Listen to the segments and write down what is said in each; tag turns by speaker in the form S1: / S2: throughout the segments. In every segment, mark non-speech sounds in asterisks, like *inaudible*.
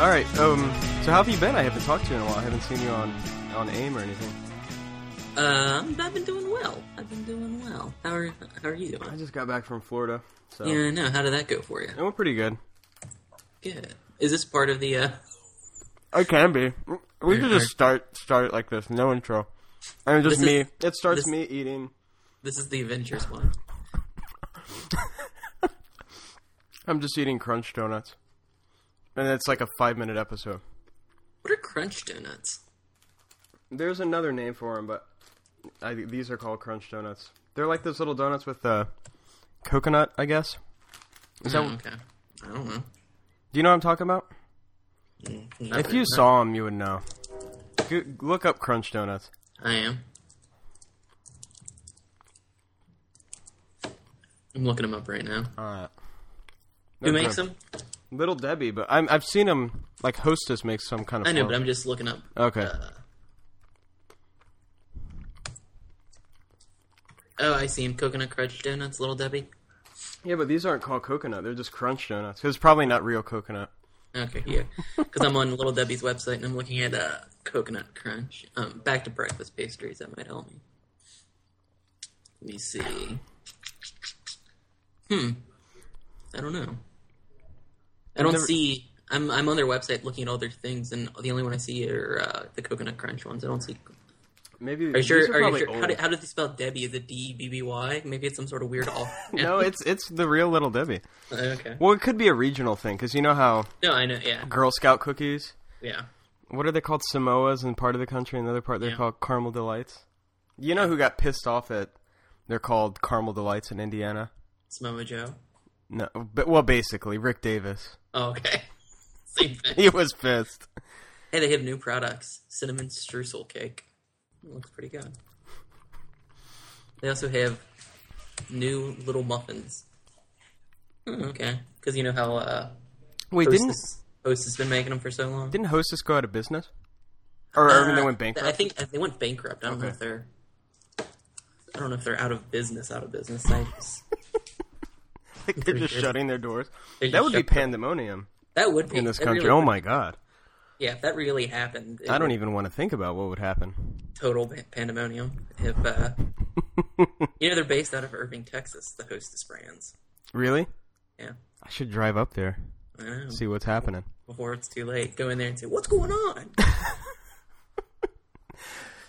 S1: All right. Um. So how have you been? I haven't talked to you in a while. I haven't seen you on on AIM or anything.
S2: Uh, I've been doing well. I've been doing well. How are How are you
S1: I
S2: doing?
S1: just got back from Florida, so
S2: Yeah, I know. How did that go for you?
S1: it went pretty good.
S2: Good. Is this part of the? uh
S1: I can be. We could
S2: Alright.
S1: just start start it like this, no intro. I mean, just
S2: This
S1: me.
S2: is-
S1: it starts
S2: this-
S1: me eating.
S2: This is the Avengers one.
S1: I'm just eating crunch donuts, and it's like a five minute episode.
S2: What are crunch donuts?
S1: There's another name for them, but I, these are called crunch donuts. They're like those little donuts with uh, coconut, I guess. Is that?
S2: Oh, okay. I don't know.
S1: Do you know what I'm talking about?
S2: Nothing.
S1: If you saw them, you would know. Go- Look up crunch donuts.
S2: I am. I'm looking them up right now.
S1: All right.
S2: Who makes them?
S1: Uh, Little Debbie, but I'm, I've seen them. Like Hostess makes some kind of.
S2: I know, but
S1: flour.
S2: I'm Uh, just looking up.
S1: okay.
S2: Oh, I see him. Coconut crunch donuts, little Debbie.
S1: Yeah, but these aren't called coconut. They're just crunch donuts. 'Cause It's probably not real coconut.
S2: Okay, yeah. Because I'm on Little Debbie's website and I'm looking at uh, coconut crunch. Um, back to breakfast pastries. That might help me. Let me see. Hmm. I don't know. I don't
S1: never-
S2: see. I'm I'm on their website looking at all their things, and the only one I see are uh, the coconut crunch ones. I don't see.
S1: Maybe.
S2: Are you
S1: These
S2: sure?
S1: are
S2: Are you
S1: probably
S2: sure? How,
S1: old.
S2: do, how does they spell Debbie? Is it D E B B Y? Maybe it's some sort of
S1: *laughs*
S2: weird off.
S1: no, it's it's the real Little Debbie.
S2: *laughs* okay.
S1: Well, it could be a regional thing because you know how
S2: No, I know. Yeah,
S1: Girl Scout cookies.
S2: yeah.
S1: What are they called? Samoas in part of the country, and the other part they're
S2: Yeah.
S1: called caramel delights. You know who got pissed off that they're called caramel delights in Indiana?
S2: Samoa Joe.
S1: No, but well, basically Rick Davis. *laughs*
S2: Oh, okay. *laughs* Same thing.
S1: He was pissed.
S2: Hey, they have new products: cinnamon streusel cake. It looks pretty good. They also have new little muffins. Hmm, okay, because you know how uh,
S1: Wait, didn't
S2: Hostess, Hostess has been making them for so long.
S1: didn't Hostess go out of business? Or I mean, they
S2: Uh,
S1: went
S2: I
S1: bankrupt.
S2: think they went bankrupt. I don't know
S1: Okay.
S2: if they're. I don't know if they're out of business. Out of business. I just-
S1: Like, they're just
S2: sure.
S1: shutting their doors.
S2: They
S1: That
S2: just
S1: would be
S2: shut them.
S1: pandemonium
S2: that would be
S1: in this
S2: that
S1: country.
S2: really
S1: Oh
S2: would-
S1: my god!
S2: Yeah, if that really happened, it
S1: I don't e-
S2: would
S1: even want to think about what would happen.
S2: be total pa- pandemonium. If uh,
S1: *laughs*
S2: you know, they're based out of Irving, Texas. The Hostess brands.
S1: Really?
S2: Yeah.
S1: I should drive up there,
S2: I know.
S1: see what's happening.
S2: before it's too late. Go in there and say, "What's
S1: *laughs*
S2: going on?"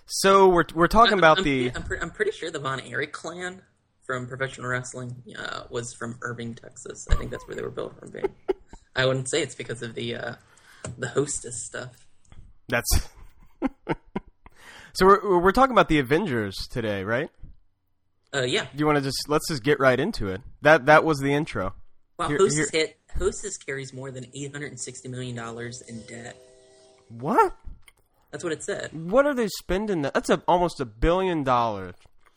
S1: So we're we're talking about
S2: I'm,
S1: the
S2: I'm, pre- I'm pretty sure the Von Erich clan from professional wrestling uh, was from Irving, Texas. I think that's where they were built from. Being. I wouldn't say it's because of the uh, the hostess stuff.
S1: that's. *laughs* so we're we're talking about the Avengers today, right?
S2: Uh, yeah,
S1: Do you want to just let's just get right into it? That that was the intro.
S2: wow.
S1: Here-
S2: hostess hit. Hostess carries more than eight hundred and sixty million dollars in debt.
S1: What?
S2: That's what it said.
S1: What are they spending? That? That's a, almost a billion dollars.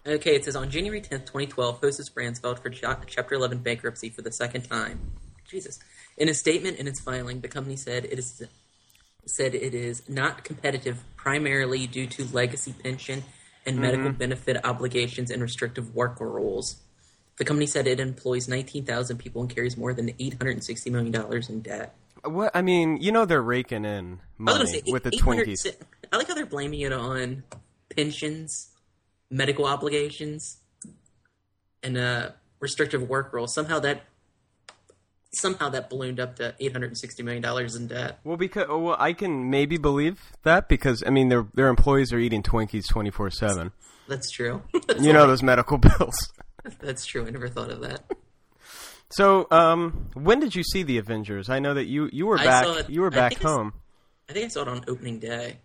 S2: Okay, it says on January 10th, 2012, Hostess Brands filed for cha- Chapter 11 bankruptcy for the second time. Jesus. In a statement in its filing, the company said it is said it is not competitive primarily due to legacy pension and medical benefit obligations and restrictive work rules. The company said it employs 19,000 people and carries more than 860 million dollars in debt.
S1: What I mean, you know, they're raking in
S2: I was
S1: money
S2: gonna say,
S1: with the
S2: 800
S1: Twinkies.
S2: I like how they're blaming it on pensions, medical obligations, and uh, restrictive work rules. Somehow that somehow that ballooned up to eight hundred and sixty million dollars in debt.
S1: Well, because oh, well, I can maybe believe that because I mean, their their employees are eating Twinkies twenty four seven.
S2: *laughs* That's true.
S1: You know those medical *laughs* bills.
S2: That's true. I never thought of that.
S1: So, um, when did you see the Avengers? I know that you you were
S2: I
S1: back
S2: saw it-
S1: you were
S2: I
S1: back
S2: think I s-
S1: home.
S2: I think I saw it on opening day.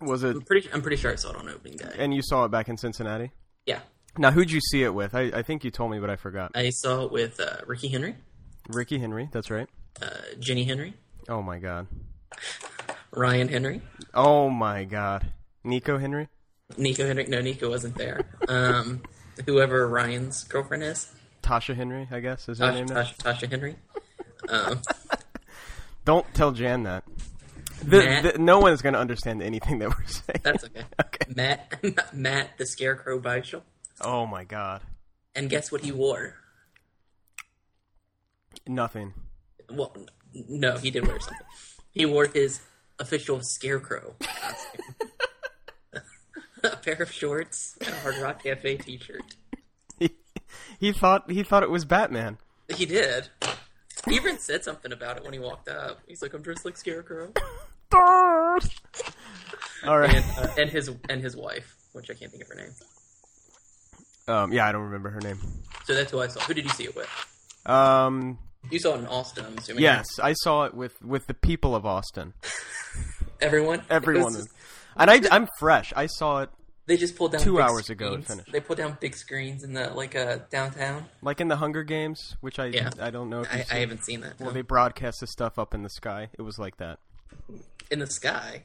S1: Was it?
S2: I'm pretty. I'm pretty sure I saw it on opening day.
S1: And you saw it back in Cincinnati.
S2: Yeah,
S1: Now, who'd you see it with? I, I think you told me, but I forgot.
S2: I saw it with uh, Ricky Henry,
S1: Ricky Henry, that's right.
S2: uh, Jenny Henry,
S1: Oh my god.
S2: Ryan Henry.
S1: Oh my god. Nico Henry.
S2: Nico Henry. No, Nico wasn't there. Um, whoever Ryan's girlfriend is,
S1: Tasha Henry, I guess is her
S2: Tasha,
S1: name. Now?
S2: Tasha, Tasha Henry.
S1: Don't tell Jan that. The,
S2: Matt.
S1: the, no one's going to understand anything that we're *laughs* saying.
S2: That's okay. Matt, *laughs* Matt the Scarecrow Beichel.
S1: Oh my god.
S2: And guess what he wore?
S1: Nothing.
S2: Well, No, he did wear something. He wore his official scarecrow costume. *laughs* a pair of shorts and a Hard Rock Cafe t shirt.
S1: He, he thought he thought it was Batman. *laughs*
S2: He did. He even said something about it when he walked up. He's like, I'm dressed like Scarecrow.
S1: All right.
S2: And, uh, and his and his wife, which I can't think of her name.
S1: Um, yeah, I don't remember her name.
S2: So that's who I saw. Who did you see it with?
S1: Um,
S2: You saw it in Austin, I'm assuming.
S1: yes, I saw it with with the people of
S2: *laughs*
S1: Austin.
S2: Everyone? It
S1: Everyone,
S2: was just-
S1: and I, I'm fresh. I saw it
S2: they just pulled down
S1: Two
S2: big
S1: hours ago it
S2: screens.
S1: finished.
S2: They pulled down big screens in the like uh, downtown.
S1: like in the Hunger Games, which I
S2: Yeah.
S1: I don't know if
S2: I,
S1: you
S2: I
S1: see.
S2: haven't seen that. no.
S1: Well, they broadcast this stuff up in the sky. It was like that.
S2: in the sky.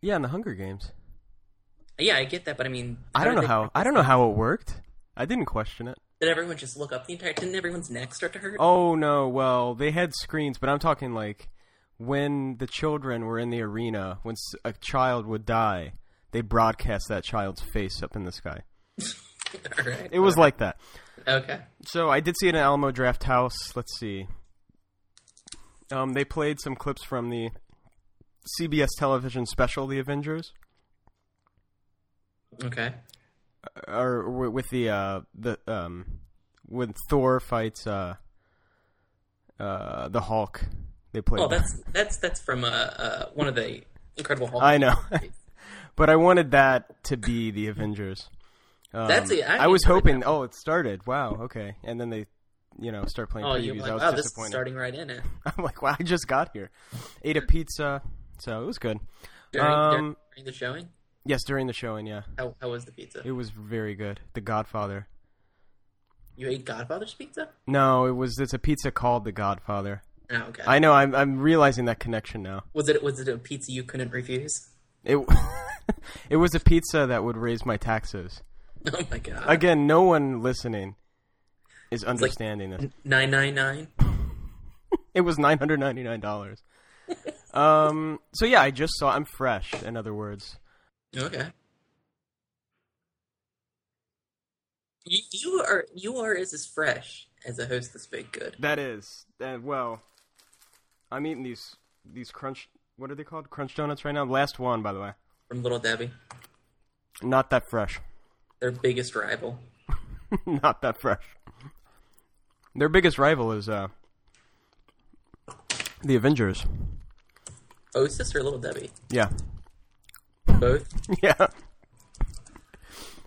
S1: Yeah, in the Hunger Games.
S2: Yeah, I get that, but I mean,
S1: I don't
S2: did
S1: know
S2: they-
S1: how. I don't know how it worked. I didn't question it.
S2: Did everyone just look up the entire? Didn't everyone's neck start to hurt?
S1: Oh no! Well, they had screens, but I'm talking like when the children were in the arena, when s- a child would die, they broadcast that child's face up in the sky.
S2: *laughs* All right.
S1: It was like that.
S2: okay.
S1: So I did see it in Alamo Draft House. Let's see. Um, they played some clips from the CBS television special, The Avengers,
S2: Okay.
S1: or wi- with the uh, the um, when Thor fights uh, uh, the Hulk. They played.
S2: Oh,
S1: that.
S2: that's that's that's from uh, uh one of the Incredible Hulk.
S1: I
S2: *laughs*
S1: know, but I wanted that to be the Avengers. Um,
S2: That's it. I
S1: I, was
S2: enjoyed
S1: hoping. Oh, it started. Wow. Okay, and then they, you know, start playing
S2: oh,
S1: previews.
S2: you're like,
S1: I was
S2: wow, this is
S1: disappointed.
S2: starting right in it.
S1: *laughs* I'm like, wow, I just got here. Ate a pizza, so it was good.
S2: During, during,
S1: Um,
S2: during the showing,
S1: Yes, during the showing, yeah,
S2: how how was the pizza?
S1: it was very good. The Godfather.
S2: You ate Godfather's pizza?
S1: No, it was. It's a pizza called the Godfather.
S2: Oh, okay.
S1: I know. I'm I'm realizing that connection now.
S2: was it was it a pizza you couldn't refuse? *laughs*
S1: It *laughs* it was a pizza that would raise my taxes.
S2: Oh my god.
S1: Again, no one listening is understanding this.
S2: Nine nine nine.
S1: It was nine hundred ninety nine dollars. um. So yeah, I just saw. I'm fresh. In other words,
S2: Okay. You, you are you are as, as fresh as a host this big good.
S1: that is. Uh, well, I'm eating these these crunch. What are they called? Crunch donuts right now. Last one, by the way.
S2: from Little Debbie,
S1: Not that fresh. *laughs*
S2: their biggest rival.
S1: Not that fresh. Their biggest rival is uh the Avengers.
S2: Osis or Oh, Little Debbie?
S1: Yeah. *laughs*
S2: Both.
S1: Yeah.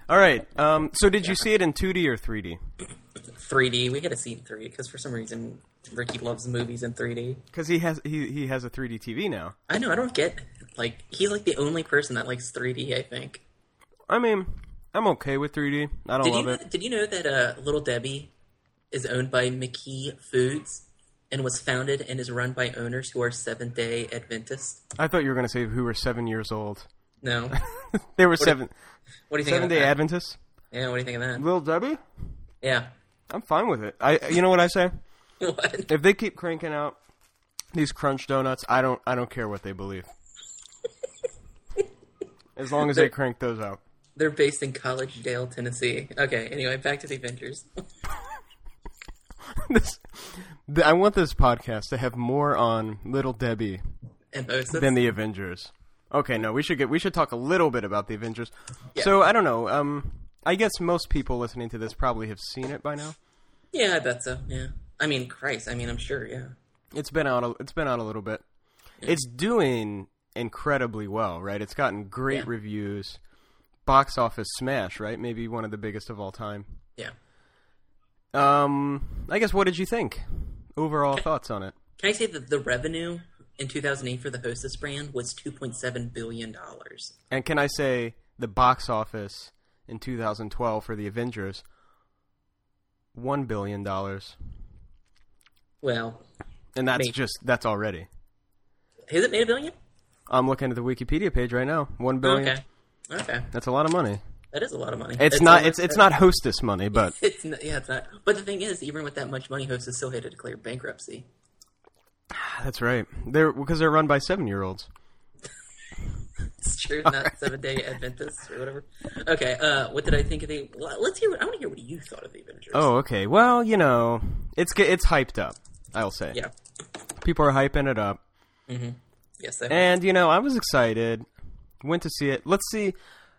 S1: All right. Um, so, did you see it in 2D or 3D?
S2: 3D. We got to see it in 3D because for some reason Ricky loves movies in 3D.
S1: Because he has he, he has a 3D TV now.
S2: I know. I don't get like he's like the only person that likes 3D. I think.
S1: I mean, I'm okay with 3D. I don't
S2: Did you
S1: love
S2: know,
S1: it.
S2: did you know that uh, Little Debbie is owned by McKee Foods and was founded and is run by owners who are Seventh Day Adventists?
S1: I thought you were going to say who were seven years old.
S2: No.
S1: They were seven
S2: What do you think?
S1: seven
S2: about
S1: day
S2: that?
S1: Adventists.
S2: Yeah. What do you think of that?
S1: Little Debbie.
S2: Yeah. *laughs*
S1: I'm fine with it. I you know what I say?
S2: What?
S1: If they keep cranking out these crunch donuts, I don't I don't care what they believe. As long as they crank those out. *laughs*
S2: They're based in Collegedale, Tennessee. Okay. Anyway, back to the Avengers. *laughs*
S1: this, th- I want this podcast to have more on Little Debbie
S2: and Osis.
S1: than the Avengers. Okay, no, we should get we should talk a little bit about the Avengers. So I don't know. Um, I guess most people listening to this probably have seen it by now.
S2: Yeah, I bet so. Yeah. I mean, Christ. I mean, I'm sure. Yeah.
S1: It's been out. A, it's been out a little bit. It's doing incredibly well, right? It's gotten great
S2: Yeah.
S1: reviews. Box office smash, right? Maybe one of the biggest of all time.
S2: Yeah.
S1: Um, I guess. What did you think? Overall thoughts on it?
S2: Can I say that the revenue in 2008 for the Hostess brand was 2.7 billion dollars?
S1: And can I say the box office in 2012 for the Avengers? One billion dollars,
S2: Well,
S1: and that's
S2: Mate.
S1: just that's already.
S2: has it made a billion?
S1: I'm looking at the Wikipedia page right now. One billion.
S2: Okay. Okay.
S1: That's a lot of money.
S2: That is a lot of money.
S1: It's
S2: That's
S1: not. It's
S2: almost-
S1: it's not hostess money, but
S2: *laughs*
S1: *sighs*
S2: It's not, yeah, it's not. But the thing is, even with that much money, Hostess still had to declare bankruptcy.
S1: that's right. They're because they're run by seven year olds.
S2: It's true, not Seven Day Adventists or whatever. Okay, uh, what did I think of the? well, Let's hear. I want to hear what you thought of the Avengers.
S1: Oh, okay. Well, you know, it's ge- it's hyped up. I'll say
S2: yeah.
S1: People are hyping it up.
S2: Yes, that
S1: And you know, I was excited. Went to see it. Let's see.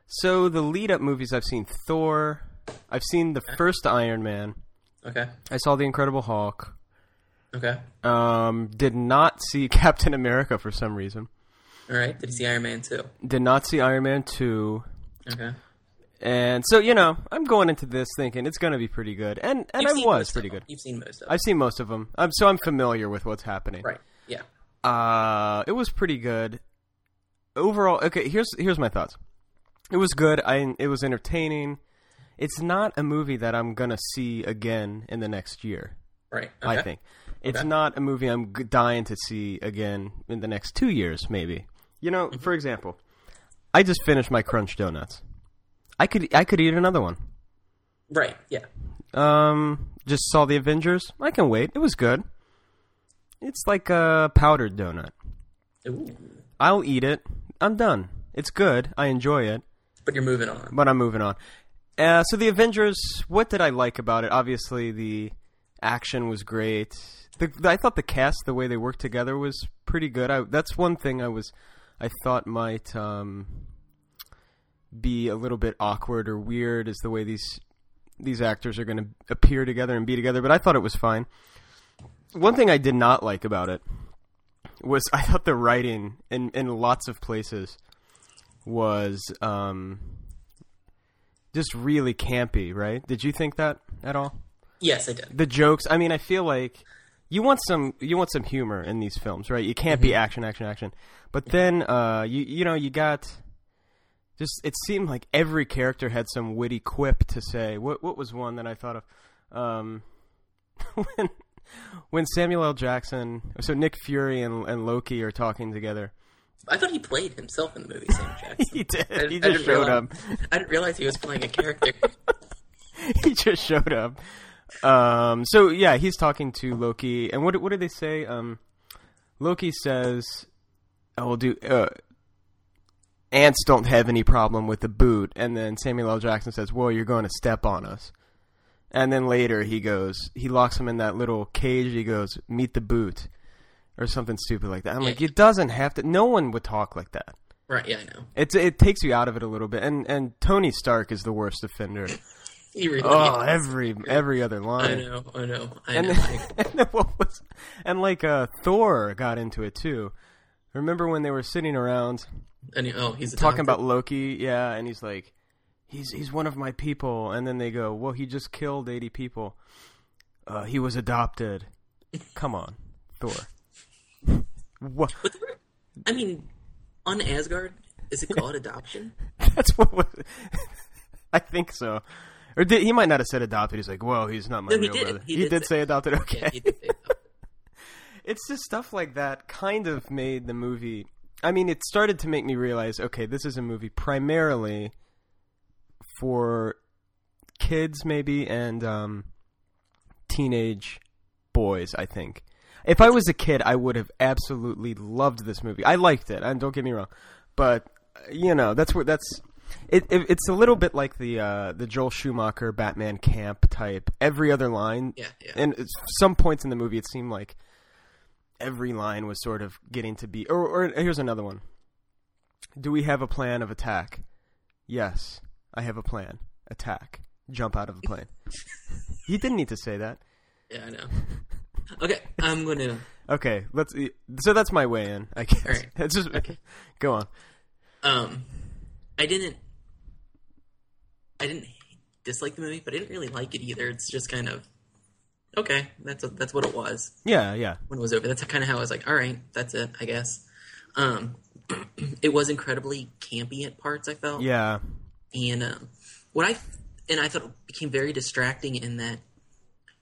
S1: So the lead-up movies I've seen: Thor. I've seen the first Iron Man.
S2: okay.
S1: I saw the Incredible Hulk.
S2: Okay.
S1: Um, did not see *laughs* Captain America for some reason.
S2: All right. Did you see Iron Man too?
S1: Did not see Iron Man two.
S2: Okay.
S1: And so you know, I'm going into this thinking it's going to be pretty good, and and
S2: You've
S1: I
S2: seen most
S1: was
S2: of
S1: pretty
S2: them.
S1: good.
S2: You've seen most of them.
S1: I've seen most of them, um, so I'm familiar with what's happening.
S2: right. Yeah.
S1: Uh, it was pretty good. Overall, okay. Here's here's my thoughts. It was good. I it was entertaining. It's not a movie that I'm gonna see again in the next year.
S2: Right.
S1: I
S2: okay.
S1: think it's
S2: Okay.
S1: not a movie I'm g- dying to see again in the next two years, maybe. You know,
S2: Mm-hmm.
S1: for example, I just finished my crunch donuts. I could I could eat another one.
S2: Right. Yeah.
S1: Um, just saw the Avengers. I can wait. It was good. It's like a powdered donut.
S2: Ooh.
S1: I'll eat it. I'm done. It's good. I enjoy it,
S2: But you're moving on.
S1: but I'm moving on. Uh, so the Avengers. What did I like about it? Obviously, the action was great. The, I thought the cast, the way they worked together, was pretty good. I, that's one thing I was, I thought might um, be a little bit awkward or weird is the way these these actors are going to appear together and be together. But I thought it was fine. One thing I did not like about it was *laughs* I thought the writing in in lots of places was um, just really campy. Right? Did you think that at all?
S2: Yes, I did.
S1: the jokes. I mean, I feel like you want some you want some humor in these films, right? You can't be action, action, action. But then uh, you you know you got just it seemed like every character had some witty quip to say. What what was one that I thought of? Um, *laughs* when when Samuel L. Jackson, so Nick Fury and, and Loki are talking together. *laughs*
S2: I thought he played himself in the movie, Sam Jackson.
S1: He
S2: I,
S1: did. He
S2: I
S1: just
S2: didn't
S1: showed
S2: realize,
S1: up.
S2: I didn't realize he was playing
S1: *laughs*
S2: a character.
S1: he just showed up. Um, so yeah, he's talking to Loki, and what what did they say? Um, Loki says, "I will do." Uh, Ants don't have any problem with the boot, and then Samuel L. Jackson says, "Well, you're going to step on us." And then later he goes, he locks him in that little cage. He goes, "Meet the boot," or something stupid like that. I'm like, it doesn't have to. No one would talk like that.
S2: right. Yeah, I know.
S1: It's it takes you out of it a little bit. And and Tony Stark is the worst offender.
S2: He really *laughs*
S1: Oh,
S2: is.
S1: every every other
S2: I
S1: line.
S2: know. I know. I
S1: And
S2: know.
S1: then, *laughs* and then what was and like uh, Thor got into it too. Remember when they were sitting
S2: *laughs*
S1: around
S2: I know. Oh, he's a
S1: talking
S2: doctor.
S1: about Loki? Yeah, and he's like, he's he's one of my people. And then they go, well, he just killed eighty people. Uh, he was adopted. Come on, Thor. *laughs* What?
S2: But there were- I mean, on Asgard, is it called adoption?
S1: That's what was. *laughs* I think so. Or did, he might not have said adopted. He's like, well, he's not my
S2: No, he
S1: real
S2: did.
S1: brother.
S2: He did
S1: did
S2: say-
S1: say adopted. *laughs* Okay.
S2: Yeah, he did say adoption.
S1: it's just stuff like that kind of made the movie i mean it started to make me realize okay this is a movie primarily for kids maybe and um, teenage boys i think if i was a kid i would have absolutely loved this movie i liked it and don't get me wrong but uh, you know that's where that's it, it, it's a little bit like the uh, the Joel Schumacher Batman camp type. Every other line,
S2: Yeah, yeah.
S1: and it's- some points in the movie, it seemed like every line was sort of getting to be. Or, or here's another one. Do we have a plan of attack? Yes, I have a plan. Attack. Jump out of a plane. he didn't need to say that.
S2: Yeah, I know. Okay, I'm gonna.
S1: Okay, let's. e, So that's my way in. I guess. *laughs*
S2: All right.
S1: That's just go on.
S2: Um, I didn't. I didn't dislike the movie, but I didn't really like it either. It's just kind of okay. That's that's what it was
S1: Yeah, yeah.
S2: when it was over. That's kind of how I was like, all right, that's it, I guess. Um, *clears throat* it was incredibly campy at parts. I felt.
S1: Yeah.
S2: And um, what I and I thought it became very distracting in that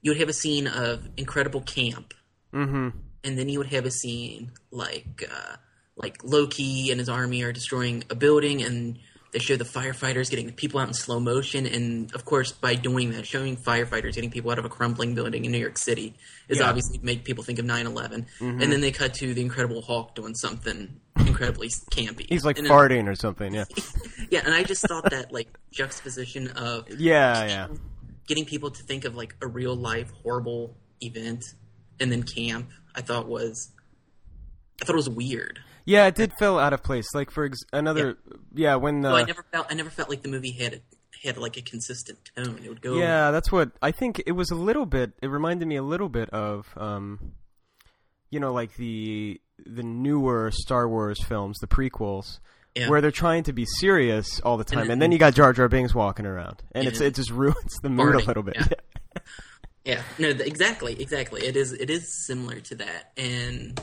S2: you would have a scene of incredible camp,
S1: Mm-hmm.
S2: and then you would have a scene like uh, like Loki and his army are destroying a building, and they show the firefighters getting the people out in slow motion. And of course, by doing that, showing firefighters getting people out of a crumbling building in New York City is
S1: Yeah. Mm-hmm.
S2: obviously make people think of 9-11. And then they cut to the Incredible Hulk doing something incredibly campy.
S1: He's like
S2: And then-
S1: farting or something. Yeah.
S2: *laughs* yeah, and I just thought that like juxtaposition of
S1: Yeah, yeah.
S2: getting people to think of like a real life horrible event and then camp i thought was I thought it was weird.
S1: Yeah, it did feel out of place. Like for ex- another, yeah, when uh, the
S2: So I never felt I never felt like the movie had a, had like a consistent tone. It would go
S1: yeah, that's what I think. It was a little bit. It reminded me a little bit of, um, you know, like the the newer Star Wars films, the prequels,
S2: Yeah.
S1: where they're trying to be serious all the time, and,
S2: then-
S1: then you got Jar Jar Binks walking around, and
S2: And
S1: it's it just ruins the mood
S2: farting,
S1: a little bit.
S2: yeah. Yeah, no, th- exactly, exactly. It is it is similar to that, and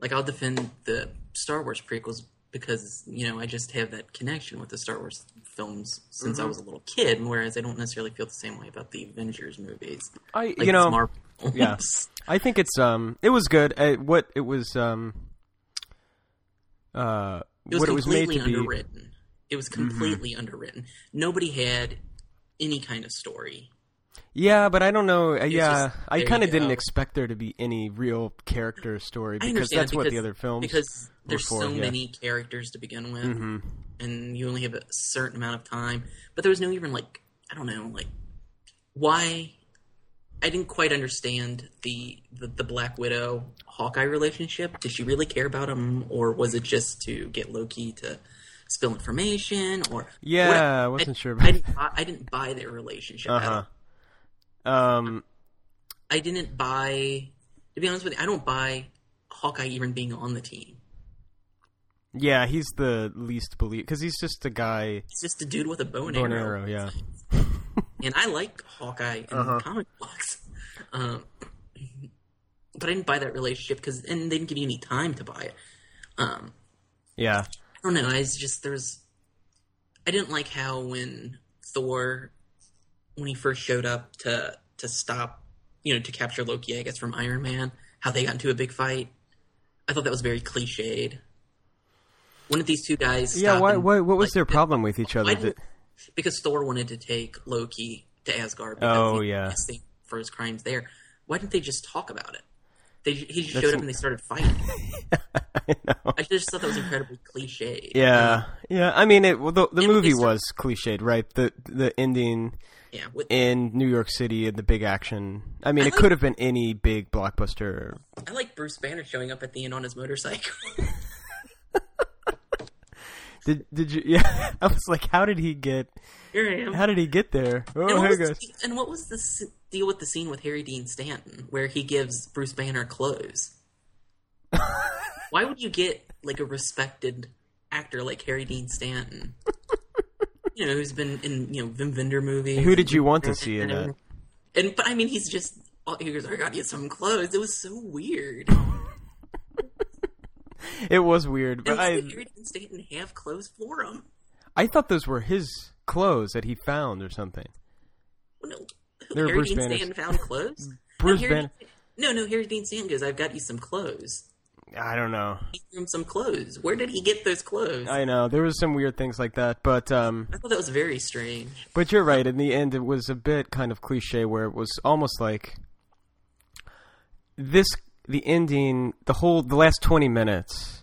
S2: like I'll defend the Star Wars prequels because you know I just have that connection with the Star Wars films since
S1: Mm-hmm.
S2: I was a little kid, whereas I don't necessarily feel the same way about the Avengers movies.
S1: *laughs* I
S2: Like
S1: you know
S2: these Marvel films. *laughs*
S1: yeah. I think it's um it was good. Uh what it was um uh
S2: it was
S1: what it was made
S2: completely
S1: to be. Mm-hmm.
S2: underwritten. It was completely underwritten. Nobody had any kind of story.
S1: Yeah, but I don't know. Uh, yeah,
S2: just-
S1: I
S2: there
S1: kind of
S2: you
S1: didn't
S2: go.
S1: expect there to be any real character story
S2: I
S1: because
S2: understand
S1: that's what the other films.
S2: because there's
S1: for,
S2: so
S1: yeah. Mm-hmm.
S2: many characters to begin with, and you only have a certain amount of time. But there was no even like I don't know like why I didn't quite understand the the, the Black Widow Hawkeye relationship. Did she really care about him, or was it just to get Loki to spill information? Or
S1: Yeah,
S2: what-
S1: I wasn't sure about
S2: I didn't, buy, I didn't buy their relationship. at
S1: Uh-huh.
S2: all.
S1: um,
S2: I didn't buy. To be honest with you, I don't buy Hawkeye even being on the team.
S1: yeah, he's the least believe because he's just a guy.
S2: It's just a dude with a bow and
S1: Bow and
S2: arrow.
S1: arrow, yeah.
S2: and I like Hawkeye in
S1: Uh-huh.
S2: the comic books, *laughs* um, but I didn't buy that relationship because, and they didn't give you any time to buy it. Um,
S1: Yeah,
S2: I don't know. I was just there's, I didn't like how when Thor, when he first showed up to to stop, you know, to capture Loki, I guess from Iron Man, how they got into a big fight. I thought that was very cliched. When did these two guys?
S1: yeah.
S2: stop
S1: Why,
S2: and-
S1: why, what was
S2: like,
S1: their problem with each other?
S2: why
S1: Did,
S2: didn't- because Thor wanted to take Loki to Asgard. Because
S1: Oh,
S2: he-
S1: yeah.
S2: yes, they- for his crimes there. Why didn't they just talk about it? They he just
S1: That's
S2: showed up
S1: an-
S2: and they started fighting.
S1: *laughs* I know.
S2: I just thought that was incredibly cliche.
S1: Yeah, yeah. I mean, it. Well, the, the
S2: And
S1: movie
S2: it's-
S1: was cliched, right? The the ending
S2: yeah. With,
S1: in New York City and the big action. I mean,
S2: I
S1: it
S2: like-
S1: could have been any big blockbuster.
S2: I like Bruce Banner showing up at the end on his motorcycle. *laughs*
S1: Did did you? *laughs* Yeah, I was like, how did he get?
S2: Here I am.
S1: How did he get there?
S2: and,
S1: Oh,
S2: what
S1: here
S2: was
S1: goes.
S2: the, and what was the s- deal with the scene with Harry Dean Stanton where he gives Bruce
S1: *laughs*
S2: Banner clothes? Why would you get like a respected actor like Harry Dean Stanton? you know, who's been in you know Vim Vendor movies.
S1: Who did you want to see in
S2: and,
S1: that?
S2: And but I mean, he's just oh, he goes, "I got to get some clothes." It was so
S1: *laughs*
S2: weird.
S1: It was weird,
S2: And
S1: but I
S2: why did Harry Dean Stanton have clothes for him?
S1: I thought those were his clothes that he found or something.
S2: Well, no,
S1: They were
S2: Harry
S1: Bruce
S2: Dean
S1: Banners.
S2: Stanton found clothes.
S1: Bruce
S2: no, Harry-
S1: Banner.
S2: No, no, Harry Dean Stanton goes, "I've got you some clothes."
S1: I don't know.
S2: He threw him some clothes. Where did he get those clothes? I,
S1: I know there was some weird things like that, but um,
S2: thought that was very strange.
S1: But you're right. In the end, it was a bit kind of cliche, where it was almost like this: the ending, the whole, the last twenty minutes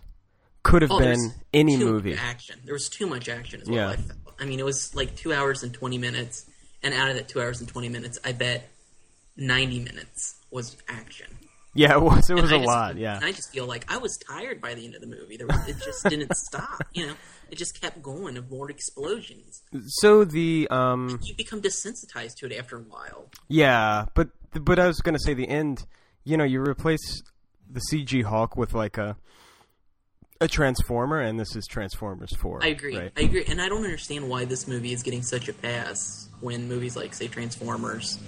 S1: could have
S2: Oh,
S1: been
S2: there's
S1: any
S2: too much
S1: movie.
S2: action. There was too much action. Is what
S1: Yeah.
S2: I felt. I mean, it was like two hours and twenty minutes, and out of that two hours and twenty minutes, I bet ninety minutes was action.
S1: Yeah, it was. It was
S2: *laughs* I
S1: a
S2: just-
S1: lot.
S2: and
S1: Yeah,
S2: I just feel like I was tired by the end of the movie. There was, it just
S1: *laughs*
S2: didn't stop. You know, it just kept going of more explosions.
S1: so the um,
S2: You become desensitized to it after a while.
S1: yeah, but but I was gonna say the end. You know, you replace the CG Hawk with like a a transformer, and this is Transformers Four.
S2: I agree.
S1: right?
S2: I agree, and I don't understand why this movie is getting such a pass when movies like, say, Transformers,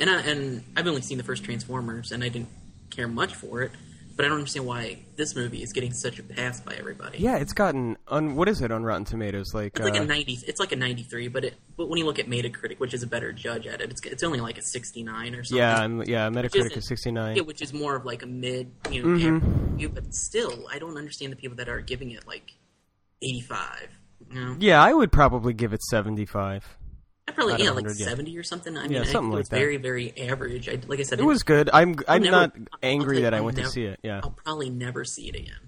S2: and I, and I've only seen the first Transformers, and I didn't care much for it, but I don't understand why this movie is getting such a pass by everybody.
S1: Yeah, it's gotten un. What is it on Rotten Tomatoes? Like,
S2: It's like
S1: uh,
S2: a ninety. It's like a ninety-three, but it, but when you look at Metacritic, which is a better judge at it, it's, it's only like a sixty-nine or something.
S1: yeah, and- yeah,
S2: Which
S1: Metacritic
S2: isn't-
S1: is sixty nine.
S2: Yeah, which is more of like a mid, you know,
S1: Mm-hmm.
S2: average review, but still, I don't understand the people that are giving it like 85. You know?
S1: Yeah, I would probably give it 75.
S2: I probably
S1: out of
S2: yeah, like
S1: 100, yeah.
S2: 70 or something. I mean,
S1: Yeah,
S2: I think
S1: something
S2: it
S1: like
S2: was
S1: that.
S2: very, very average. I, like I said,
S1: It was good. I'm I'm
S2: never-
S1: not
S2: I'll
S1: angry
S2: say
S1: that I
S2: I'll
S1: went to
S2: never-
S1: see it. Yeah.
S2: I'll probably never see it again.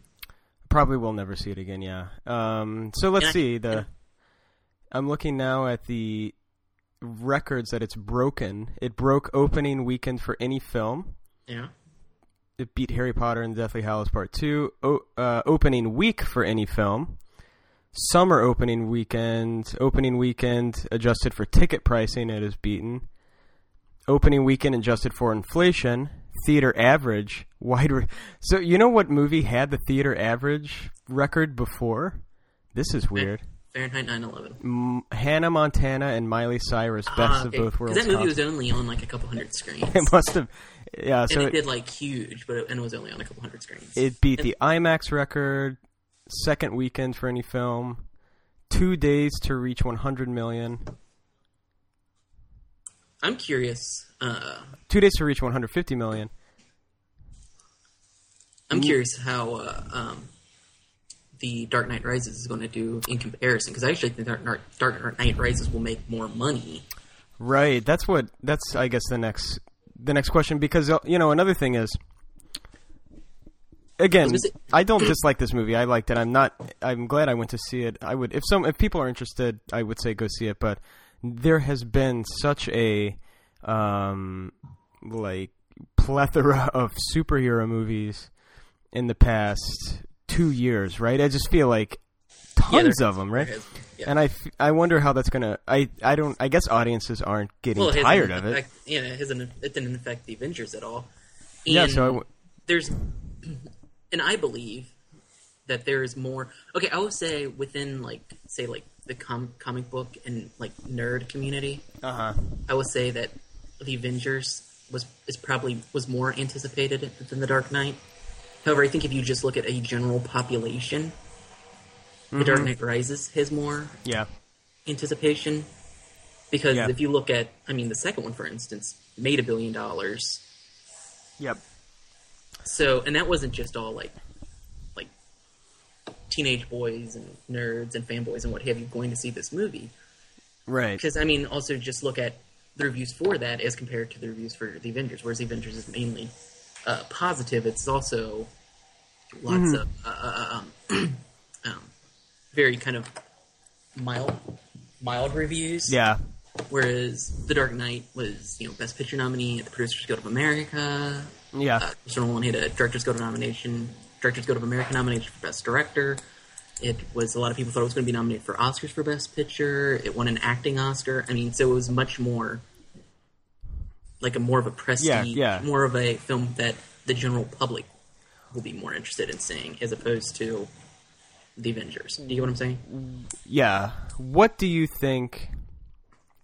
S1: Probably will never see it again, yeah. Um so let's
S2: And I-
S1: see the I'm looking now at the records that it's broken. It broke opening weekend for any film.
S2: Yeah,
S1: it beat Harry Potter and the Deathly Hallows Part Two o- uh, opening week for any film. Summer opening weekend, opening weekend adjusted for ticket pricing, it is beaten. Opening weekend adjusted for inflation, theater average, wide. Re- so you know what movie had the theater average record before? This is weird.
S2: Fahrenheit 9/11.
S1: M- Hannah Montana and Miley Cyrus, best
S2: Ah,
S1: of
S2: okay.
S1: both
S2: 'Cause
S1: worlds.
S2: That movie
S1: concert.
S2: was only on like a couple hundred
S1: *laughs*
S2: screens,
S1: it must have, yeah. So
S2: and it
S1: it-
S2: did like huge, but it, and it was only on a couple hundred screens.
S1: It beat the IMAX record, second weekend for any film, two days to reach 100 million,
S2: I'm curious. Uh,
S1: two days to reach 150 million. Mm-hmm.
S2: I'm curious how uh, um, the Dark Knight Rises is going to do in comparison, because I actually think Dark, Dark, Dark Knight Rises will make more money.
S1: Right. That's what. That's I guess the next the next question because uh, you know another thing is. Again,
S2: Was it-
S1: I don't dislike this movie. I liked it. I'm not. I'm glad I went to see it. I would if some if people are interested, I would say go see it. But there has been such a um, like plethora of superhero movies in the past two years, right? I just feel like
S2: Yeah,
S1: tons
S2: there-
S1: of them, right?
S2: there has- yeah.
S1: And I, f- I wonder how that's gonna. I, I don't. I guess audiences aren't getting
S2: Well, it hasn't
S1: tired of it.
S2: affect- Yeah, it, hasn't, it didn't affect the Avengers at all.
S1: Yeah.
S2: And
S1: So I w-
S2: there's, *clears throat* and I believe that there is more. Okay, I would say within like say like the com- comic book and like nerd community,
S1: uh-huh.
S2: I would say that the Avengers was is probably was more anticipated than the Dark Knight. However, I think if you just look at a general population, the Dark Knight Rises has more
S1: Yeah.
S2: anticipation because
S1: Yeah.
S2: if you look at, I mean, the second one for instance made a billion dollars.
S1: Yep.
S2: So, and that wasn't just all like like teenage boys and nerds and fanboys and what have you going to see this movie.
S1: Right.
S2: Because I mean, also just look at the reviews for that as compared to the reviews for the Avengers. Whereas the Avengers is mainly uh, positive, it's also lots of uh, uh, um, *clears throat* um, very kind of mild mild reviews.
S1: Yeah.
S2: Whereas the Dark Knight was you know Best Picture nominee at the Producers Guild of America.
S1: Yeah.
S2: Uh, Christopher Nolan had a Directors Guild of nomination, Directors Guild of America nomination for Best Director. It was a lot of people thought it was going to be nominated for Oscars for Best Picture. It won an acting Oscar. I mean, so it was much more like a more of a prestige,
S1: Yeah, yeah.
S2: more of a film that the general public will be more interested in seeing as opposed to the Avengers. Do you get what I'm saying?
S1: Mm. Yeah. What do you think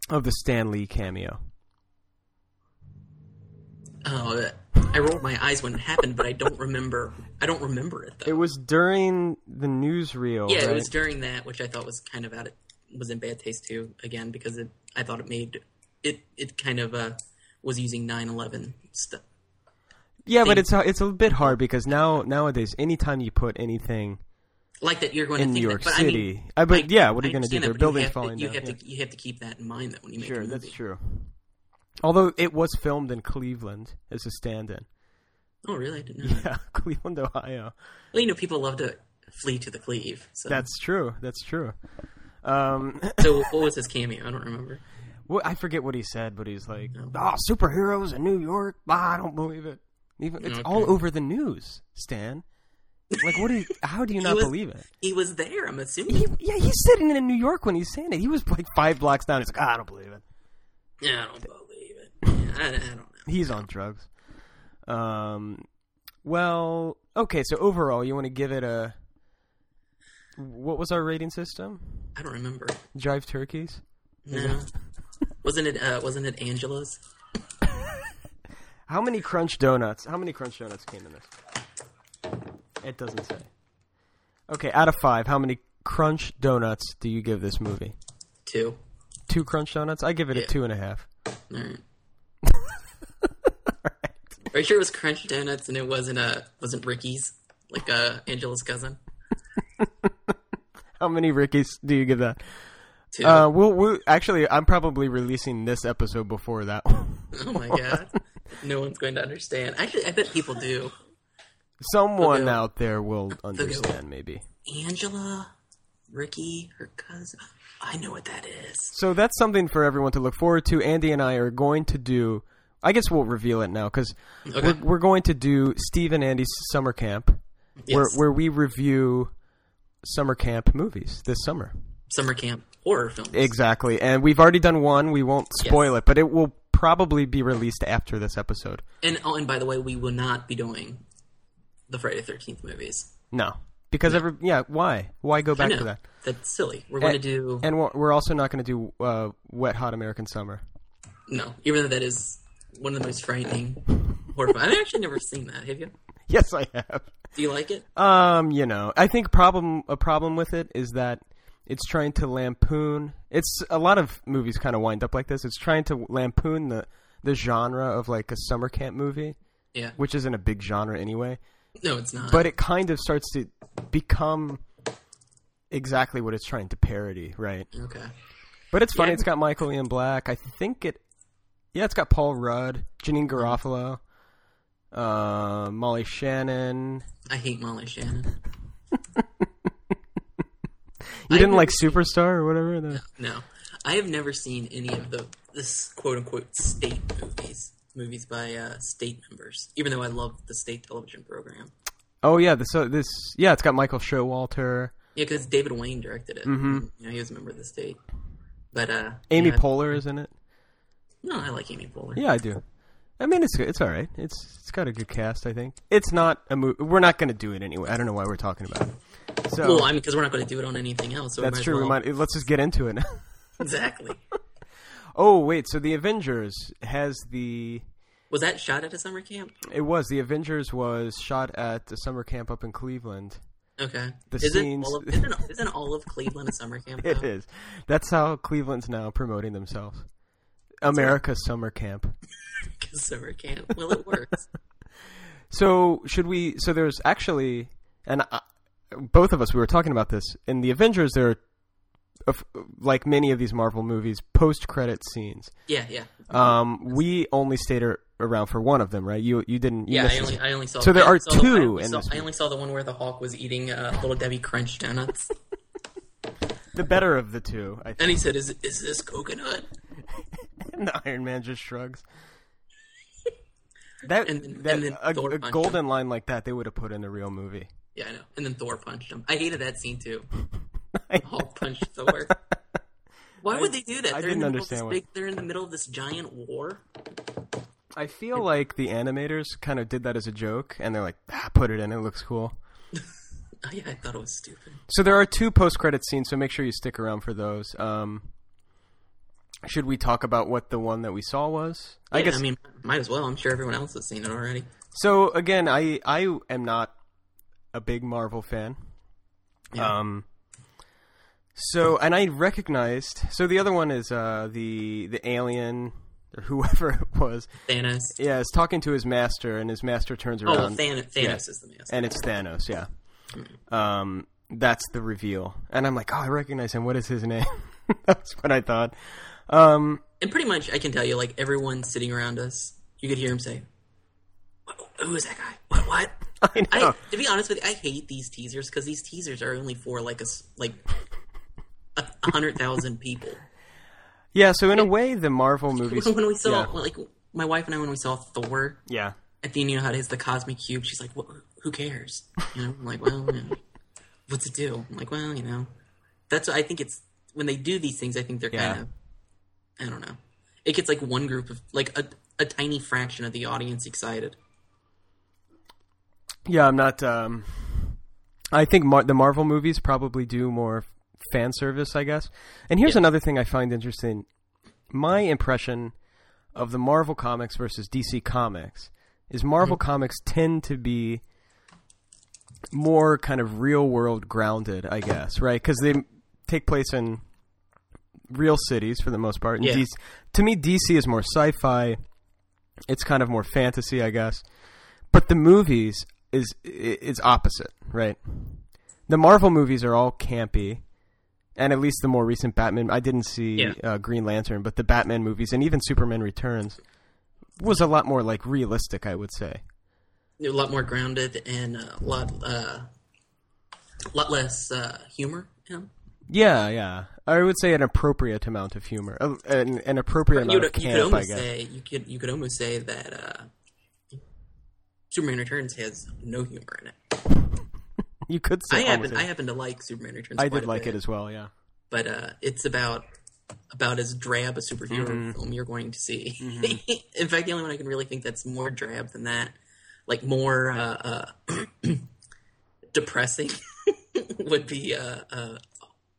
S1: of the Stan Lee cameo?
S2: Oh, uh, I rolled my eyes when it happened, but I don't remember. I don't remember it though.
S1: It was during the newsreel.
S2: Yeah,
S1: right?
S2: it was during that, which I thought was kind of out of, was in bad taste too. Again, because it, I thought it made it it kind of uh, was using 9-11 stuff.
S1: yeah, but it's a, it's a bit hard because now nowadays, anytime you put anything
S2: Like that, you're going
S1: in
S2: to
S1: New
S2: think
S1: York
S2: that, but I
S1: City,
S2: mean,
S1: I, but
S2: I-
S1: yeah, what are
S2: I
S1: you going to do?
S2: understand that,
S1: Their
S2: but
S1: building's
S2: you have
S1: falling
S2: to, you
S1: down.
S2: Have
S1: yeah.
S2: to, you have to keep that in mind that when you make a
S1: Sure,
S2: movie.
S1: that's true. Although it was filmed in Cleveland as a stand-in.
S2: Oh, really? I didn't know. that. *laughs*
S1: Yeah, Cleveland, Ohio.
S2: Well, you know, people love to flee to the Cleve. So.
S1: That's true. That's true. Um, *coughs*
S2: so what was his cameo? I don't remember.
S1: wh- I forget what he said, but he's like, "Ah, superheroes in New York. Ah, I don't believe it. Even it's
S2: Okay.
S1: all over the news, Stan. Like, what do
S2: *laughs*
S1: you? How do you not
S2: was-
S1: believe it?
S2: He was there. I'm
S1: He,
S2: assuming.
S1: yeah, he's sitting in New York when he's saying it. He was like five blocks down. He's like, ah, I don't believe it.
S2: Yeah, I don't believe it. Yeah, I, I don't know.
S1: He's on drugs. Um, well, okay. So overall, you want to give it a. What was our rating system?
S2: I don't remember.
S1: Jive turkeys. *laughs*
S2: No. wasn't it? Uh, wasn't it Angela's?
S1: How many crunch donuts? How many crunch donuts came in this? It doesn't say. Okay, out of five, how many crunch donuts do you give this movie?
S2: Two.
S1: Two crunch donuts? I give it a
S2: Yeah.
S1: two and a half.
S2: All right. *laughs* Are you sure it was Crunch Donuts and it wasn't uh wasn't Ricky's like uh Angela's cousin?
S1: How many Rickies do you give that?
S2: Too.
S1: Uh, we'll, we'll actually, I'm probably releasing this episode before that one. *laughs*
S2: oh my god, no one's going to understand. Actually, I bet people do.
S1: Someone
S2: Okay.
S1: out there will understand, maybe.
S2: Angela, Ricky, her cousin. I know what that is.
S1: So that's something for everyone to look forward to. Andy and I are going to do I guess we'll reveal it now because
S2: Okay.
S1: we're, we're going to do Steve and Andy's summer camp, where
S2: Yes.
S1: where we review summer camp movies this summer.
S2: Summer camp horror films.
S1: Exactly, and we've already done one. We won't spoil
S2: Yes.
S1: it, but it will probably be released after this episode.
S2: And oh, and by the way, we will not be doing the Friday Thirteenth movies.
S1: No, because every yeah, why why go
S2: I
S1: back
S2: know
S1: to that? Eh,
S2: that's silly. We're going to do
S1: And we're, we're also not going to do uh, Wet Hot American Summer. *laughs*
S2: no, even though that is one of the most frightening horror. films. I've actually never seen that. Have you?
S1: Yes, I have.
S2: Do you like it?
S1: Um, you know, I think problem a problem with it is that it's trying to lampoon. It's a lot of movies kind of wind up like this. It's trying to lampoon the the genre of like a summer camp movie,
S2: Yeah.
S1: which isn't a big genre anyway.
S2: No, it's not.
S1: But it kind of starts to become exactly what it's trying to parody, right?
S2: okay.
S1: But it's funny.
S2: Yeah.
S1: It's got Michael Ian Black. I think it. Yeah, it's got Paul Rudd, Janine Garofalo, uh, Molly Shannon.
S2: I hate Molly Shannon.
S1: You
S2: I
S1: didn't
S2: never
S1: like Superstar or whatever. The-
S2: No, I have never seen any of the this quote unquote state movies movies by uh, state members. Even though I love the state television program.
S1: Oh yeah, this, so this yeah, it's got Michael Showalter,
S2: Yeah, because David Wayne directed it. Mm-hmm. You know, he was a member of the state. But uh,
S1: Amy
S2: yeah,
S1: Poehler is in it.
S2: No, I like Amy Poehler.
S1: Yeah, I do. I mean, it's good. it's all right. It's it's got a good cast. I think it's not a movie. We're not going to do it anyway. I don't know why we're talking about it. So
S2: Well, I mean, because we're not going to do it on anything else. So we
S1: that's
S2: might as
S1: true. We
S2: well-
S1: might let's just get into it.
S2: Exactly.
S1: *laughs* oh wait, so the Avengers has the
S2: Was that shot at a summer camp?
S1: it was the Avengers was shot at the summer camp up in Cleveland.
S2: Okay.
S1: The
S2: isn't
S1: scenes-
S2: All of, isn't, isn't all of Cleveland a summer
S1: *laughs*
S2: camp?
S1: It
S2: though?
S1: is. That's how Cleveland's now promoting themselves. America summer camp.
S2: 'Cause summer camp. Well, it works.
S1: So should we? So there's actually, and I, both of us we were talking about this in the Avengers. There are, of- like many of these Marvel movies, post credit scenes.
S2: yeah, yeah,
S1: Um, we only stayed ar- around for one of them, right? You you didn't. You
S2: yeah. I
S1: missed-
S2: only, I only saw.
S1: So there
S2: I only
S1: are
S2: saw the- I
S1: two
S2: only
S1: in
S2: saw-
S1: this
S2: I only saw the one where the Hawk was eating uh, little Debbie
S1: *laughs*
S2: Crunch donuts,
S1: the better of the two. I think. *laughs*
S2: and he said, "Is is this coconut?"
S1: And the Iron Man just shrugs. That,
S2: And then-
S1: that
S2: and then
S1: a,
S2: Thor
S1: a
S2: punched
S1: golden line like that they would have put in the real movie.
S2: Yeah, I know. And then Thor punched him. I hated that
S1: *laughs*
S2: scene too. Hulk punched Thor. Why would they do that?
S1: I
S2: they're
S1: didn't
S2: in the middle of
S1: understand
S2: this
S1: why-
S2: big- they're in the middle of this giant war.
S1: I feel like the animators kind of did that as a joke, and they're like, ah, "Put it in. It looks cool."
S2: Oh, yeah, I thought it was stupid.
S1: So there are two post-credit scenes, so make sure you stick around for those. Um, should we talk about what the one that we saw was? I
S2: Yeah,
S1: guess
S2: I mean, might as well. I'm sure everyone else has seen it already.
S1: so. Again, I I am not a big Marvel fan.
S2: Yeah.
S1: Um, so and I recognized. So the other one is uh, the the alien or whoever *laughs* it was.
S2: Thanos.
S1: Yeah, is talking to his master, and his master turns
S2: Oh,
S1: around.
S2: well, Thanos, Thanos
S1: Um, yeah.
S2: is the master.
S1: and it's Thanos. Yeah, um, that's the reveal, and I'm like, oh, I recognize him. What is his name? *laughs* that's what I thought. Um,
S2: And pretty much, I can tell you, like, everyone sitting around us, you could hear him say, "Wh- Who is that guy? What? What?
S1: I know.
S2: I, to be honest with you, I hate these teasers because these teasers are only for, like, a, s- like, a a hundred
S1: *laughs*
S2: thousand people.
S1: yeah, so in a way, the Marvel movies.
S2: When we saw,
S1: yeah,
S2: like, my wife and I, when we saw Thor,
S1: yeah.
S2: at the end, you know how it is the cosmic cube. She's like, "Wh- "Who cares?" You know, I'm like, "Well, you know, what's it do?" I'm like, "Well, you know." That's what I think it's when they do these things. I think they're
S1: Yeah.
S2: kind of, I don't know. It gets like one group of like a a tiny fraction of the audience excited.
S1: Yeah, I'm not. Um, I think Mar- the Marvel movies probably do more fan service, I guess. And here's another thing I find interesting: my impression of the Marvel comics versus DC comics is Marvel comics tend to be more kind of real world grounded, I guess, right? Because they take place in real cities for the most part. And
S2: Yeah.
S1: DC, to me, DC is more sci-fi. It's kind of more fantasy, I guess. But the movies is i- is opposite, right? The Marvel movies are all campy, and at least the more recent Batman. I didn't see
S2: Yeah.
S1: uh, Green Lantern, but the Batman movies and even Superman Returns was a lot more like realistic, I would say.
S2: They're a lot more grounded and a lot uh, lot less uh, humor. You know?
S1: Yeah, yeah. I would say an appropriate amount of humor, Uh, an, an appropriate
S2: you,
S1: amount
S2: could-
S1: of
S2: you could
S1: camp, I
S2: almost
S1: guess.
S2: say you could you could almost say that uh, Superman Returns has no humor in it.
S1: you could say
S2: I
S1: almost
S2: happen I
S1: it.
S2: happen to like Superman Returns.
S1: I
S2: quite
S1: did
S2: a
S1: like
S2: bit,
S1: it as well. Yeah,
S2: but uh, it's about about as drab a superhero film you're going to see. *laughs* in fact, the only one I can really think that's more drab than that, like more uh, uh, *clears throat* depressing, *laughs* would be uh, uh,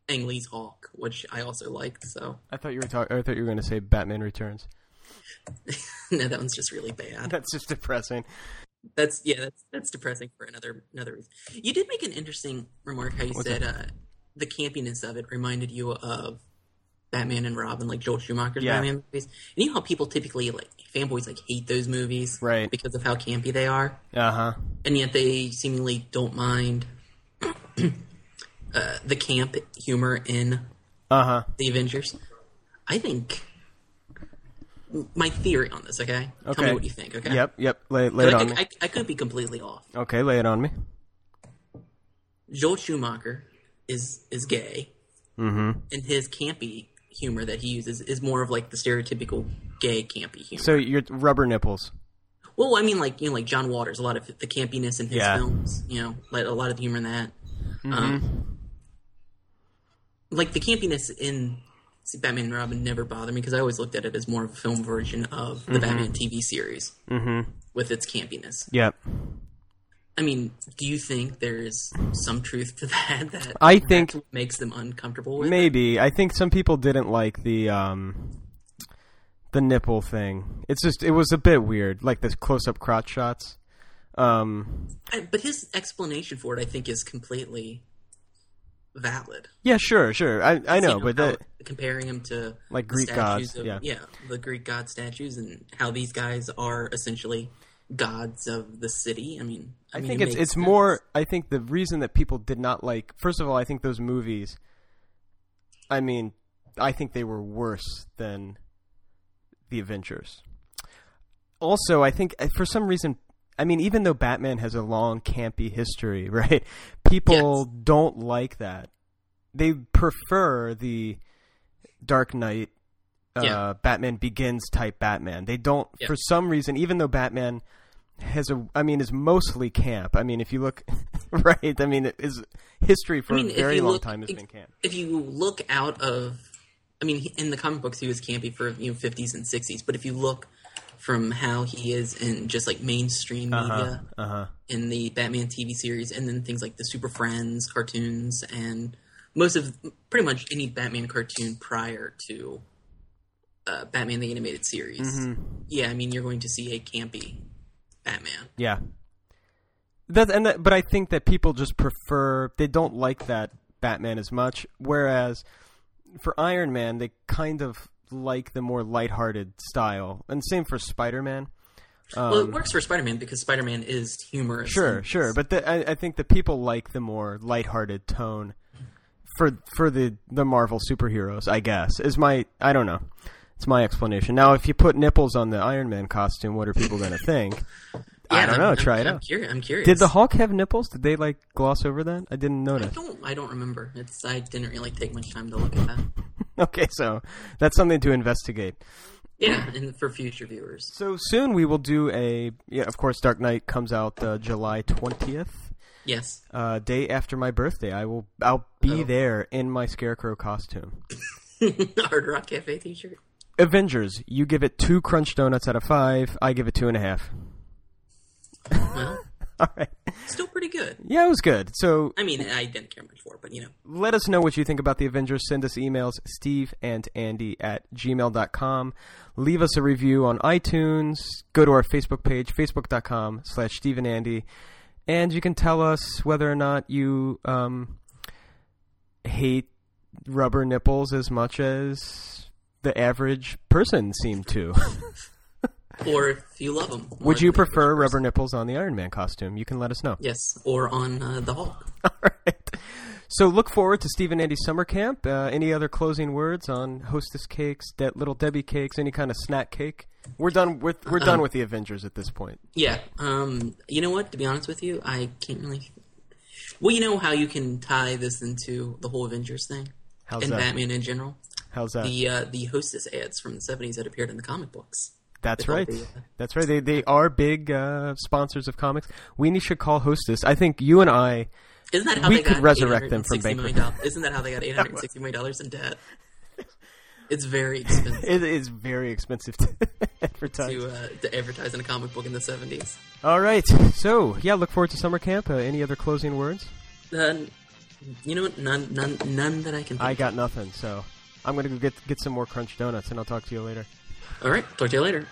S2: Ang Lee's Hawk, which I also liked. So *laughs*
S1: I thought you were talking. I thought you were going to say Batman Returns. *laughs*
S2: no, that one's just really bad.
S1: That's just depressing.
S2: That's yeah, that's that's depressing for another another reason. You did make an interesting remark how you said uh, the campiness of it reminded you of Batman and Robin, like Joel Schumacher's
S1: Yeah.
S2: Batman movies. And you know how people typically like fanboys like hate those movies,
S1: Right.
S2: Because of how campy they are,
S1: Uh huh.
S2: and yet they seemingly don't mind *clears throat* uh, the camp humor in
S1: Uh huh.
S2: the Avengers. I think my theory on this. Okay, tell
S1: Okay.
S2: me what you think. Okay,
S1: Yep. Yep. Lay, lay
S2: Like,
S1: it
S2: I,
S1: on me.
S2: I, I could be completely off.
S1: Okay, lay it on me.
S2: Joel Schumacher is is gay,
S1: Mm-hmm.
S2: and his campy humor that he uses is more of like the stereotypical gay campy humor.
S1: So your rubber nipples.
S2: well, I mean, like you know, like John Waters, a lot of the campiness in his
S1: Yeah. Mm-hmm.
S2: films, you know, like a lot of the humor in that. Um, like the campiness in see, Batman and Robin never bothered me because I always looked at it as more of a film version of the Batman TV series
S1: Mm-hmm.
S2: with its campiness.
S1: Yep.
S2: I mean, do you think there is some truth to *laughs* that that
S1: I think
S2: makes them uncomfortable with?
S1: Maybe I think some people didn't like the um, the nipple thing. It's just it was a bit weird, like the close-up crotch shots. Um,
S2: I- But his explanation for it, I think, is completely valid.
S1: yeah, sure, sure. I I know,
S2: You
S1: but
S2: how-
S1: that,
S2: comparing him to
S1: Like
S2: the
S1: Greek
S2: statues
S1: gods,
S2: of-
S1: yeah.
S2: the Greek god statues, and how these guys are essentially gods of the city. I mean,
S1: I
S2: mean,
S1: think
S2: it
S1: it's
S2: makes
S1: it's
S2: sense.
S1: more. I think the reason that people did not like, first of all, I think those movies. I mean, I think they were worse than the Avengers. Also, I think uh, for some reason, I mean, even though Batman has a long campy history, *laughs* right? People don't like that. They prefer the Dark Knight, uh,
S2: Yeah.
S1: Batman Begins type Batman. They don't,
S2: Yeah.
S1: for some reason, even though Batman has a, I mean, is mostly camp. I mean, if you look, *laughs* right? I mean, it is history for
S2: I mean,
S1: a
S2: if
S1: very
S2: you
S1: long
S2: look-
S1: time has
S2: if-
S1: been camp.
S2: If you look out of, I mean, he- in the comic books, he was campy for you know fifties and sixties. But if you look from how he is in just like mainstream media,
S1: Uh huh.
S2: in the Batman TV series, and then things like the Super Friends cartoons, and most of pretty much any Batman cartoon prior to uh, Batman the Animated Series.
S1: Mm-hmm.
S2: Yeah, I mean, you're going to see a campy Batman.
S1: Yeah. That and that, but I think that people just prefer they don't like that Batman as much. Whereas for Iron Man, they kind of like the more lighthearted style, and same for Spider Man.
S2: well, it works for Spider Man because Spider Man is humorous.
S1: Um, Sure,
S2: and-
S1: sure, but the, I, I think the people like the more lighthearted tone for for the the Marvel superheroes. I guess is my I don't know. It's my explanation. Now, if you put nipples on the Iron Man costume, what are people going to think?
S2: Yeah,
S1: I don't
S2: I'm-
S1: know.
S2: I'm-
S1: Try it
S2: I'm
S1: out.
S2: Curious. I'm curious.
S1: Did the Hulk have nipples? Did they like gloss over that? I didn't
S2: I
S1: notice.
S2: *laughs* don't. I don't remember. It's. I didn't really take much time to look at that.
S1: Okay, so that's something to investigate.
S2: Yeah, and for future viewers,
S1: So soon we will do a yeah. Of course, Dark Knight comes out uh, July twentieth,
S2: yes. *laughs*
S1: uh, day after my birthday. I will I'll be
S2: Oh.
S1: there in my scarecrow costume.
S2: Hard Rock Cafe T-shirt.
S1: Avengers, you give it two crunch donuts out of five. I give it two and a half. *laughs*
S2: Well,
S1: All right.
S2: still pretty good.
S1: Yeah, it was good. So
S2: I mean, I didn't care much for it, but you know.
S1: let us know what you think about the Avengers. Send us emails, steve and andy at gmail.com. Leave us a review on iTunes. Go to our Facebook page, facebook.com slash steve and andy. And you can tell us whether or not you um, hate rubber nipples as much as the average person seemed to.
S2: Or if you love them.
S1: Would you prefer rubber nipples on the Iron Man costume? You can let us know.
S2: Yes, or on uh, the Hulk.
S1: *laughs* All right. So look forward to Steve and Andy's summer camp. Uh, any other closing words on Hostess cakes, De- Little Debbie cakes, any kind of snack cake? We're done with we're done with the Avengers at this point.
S2: Yeah. Um. You know what? To be honest with you, I can't really. Well, you know how you can tie this into the whole Avengers thing.
S1: How's
S2: and
S1: that?
S2: Batman in general.
S1: How's that?
S2: The uh, the hostess ads from the seventies that appeared in the comic books.
S1: That's
S2: They
S1: right.
S2: call it the, uh,
S1: That's right. They they are big uh, sponsors of comics. We need should call Hostess. I think you and I.
S2: Isn't that how
S1: We
S2: they
S1: could
S2: got
S1: resurrect them from
S2: $860 million dollars? Isn't that how they got eight hundred sixty million dollars
S1: *laughs*
S2: in debt? It's very expensive
S1: It is very expensive to *laughs* advertise.
S2: to uh, to advertise in a comic book in the seventies.
S1: All right. So yeah, look forward to summer camp. Uh, any other closing words?
S2: Uh, you know, what? none none none that I can. Think
S1: I got nothing. So I'm gonna go get get some more crunch donuts, and I'll talk to you later.
S2: All right. Talk to you later.